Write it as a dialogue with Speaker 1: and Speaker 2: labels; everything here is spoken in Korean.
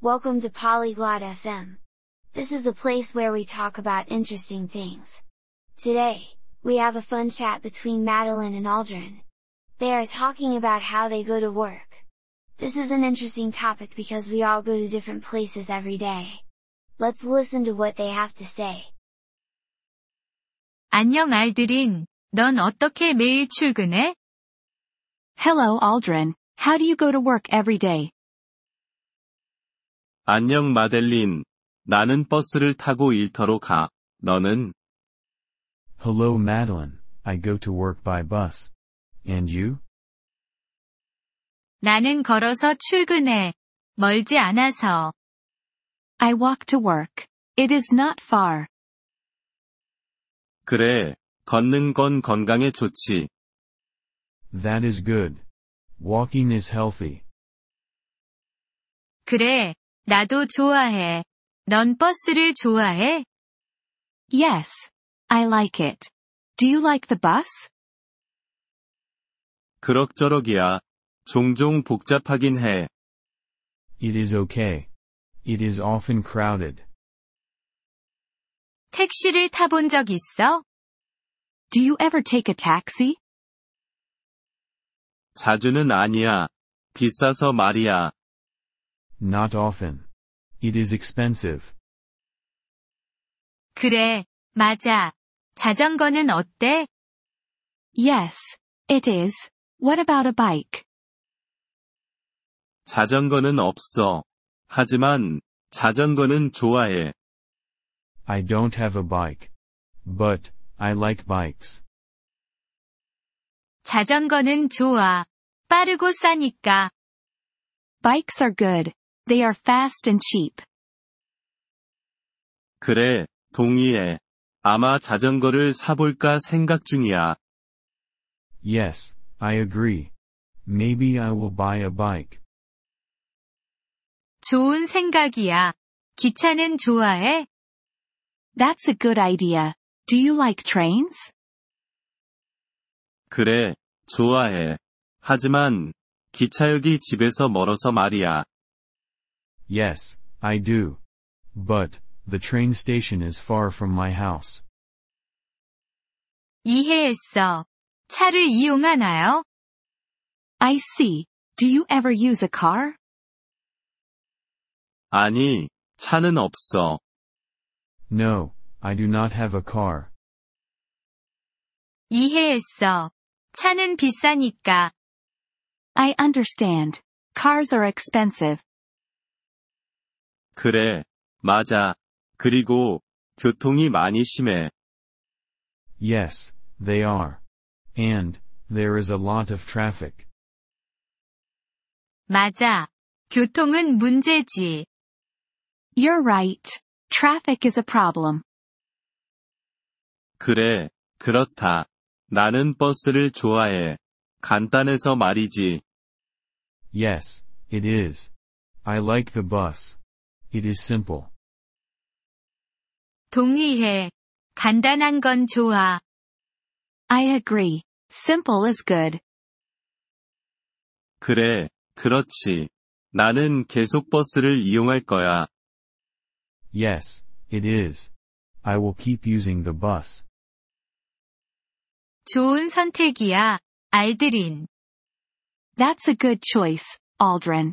Speaker 1: Welcome to Polyglot FM. This is a place where we talk about interesting things. Today, we have a fun chat between Madeline and Aldrin. They are talking about how they go to work. This is an interesting topic because we all go to different places every day. Let's listen to what they have to say.
Speaker 2: 안녕 알드린, 넌 어떻게 매일 출근해?
Speaker 3: Hello Aldrin, how do you go to work every day?
Speaker 4: 안녕 마델린. 나는 버스를 타고 일터로 가. 너는?
Speaker 5: Hello Madeline, I go to work by bus. And you?
Speaker 2: 나는 걸어서 출근해. 멀지 않아서.
Speaker 3: I walk to work. It is not far.
Speaker 4: 그래. 걷는 건 건강에 좋지.
Speaker 5: That is good. Walking is healthy.
Speaker 2: 그래, 나도 좋아해. 넌 버스를 좋아해?
Speaker 3: Yes. I like it. Do you like the bus?
Speaker 4: 그럭저럭이야. 종종 복잡하긴 해.
Speaker 5: It is okay. It is often crowded.
Speaker 2: 택시를 타본 적 있어?
Speaker 3: Do you ever take a taxi?
Speaker 4: 자주는 아니야. 비싸서 말이야.
Speaker 5: Not often. It is expensive.
Speaker 2: 그래, 맞아. 자전거는 어때?
Speaker 3: Yes. It is. What about a bike?
Speaker 4: 자전거는 없어. 하지만 자전거는 좋아해.
Speaker 5: I don't have a bike. But, I like bikes.
Speaker 2: 자전거는 좋아. 빠르고 싸니까.
Speaker 3: Bikes are good. They are fast and cheap.
Speaker 4: 그래. 동의해. 아마 자전거를 사볼까 생각 중이야.
Speaker 5: Yes, I agree. Maybe I will buy a bike.
Speaker 2: 좋은 생각이야. 기차는 좋아해?
Speaker 3: That's a good idea. Do you like trains?
Speaker 4: 그래. 좋아해. 하지만 기차역이 집에서 멀어서 말이야.
Speaker 5: Yes, I do. But, the train station is far from my house.
Speaker 2: 이해했어. 차를 이용하나요?
Speaker 3: I see. Do you ever use a car?
Speaker 4: 아니, 차는 없어.
Speaker 5: No, I do not have a car.
Speaker 2: 이해했어. 차는 비싸니까.
Speaker 3: I understand. Cars are expensive.
Speaker 4: 그래. 맞아. 그리고 교통이 많이 심해.
Speaker 5: Yes, they are. And, there is a lot of traffic.
Speaker 2: 맞아. 교통은 문제지.
Speaker 3: You're right. Traffic is a problem.
Speaker 4: 그래. 그렇다. 나는 버스를 좋아해. 간단해서 말이지.
Speaker 5: Yes, it is. I like the bus. It is simple.
Speaker 2: 동의해. 간단한 건 좋아.
Speaker 3: I agree. Simple is good.
Speaker 4: 그래. 그렇지. 나는 계속 버스를 이용할 거야.
Speaker 5: Yes, it is. I will keep using the bus.
Speaker 2: 좋은 선택이야. 알드린.
Speaker 3: That's a good choice, Aldrin.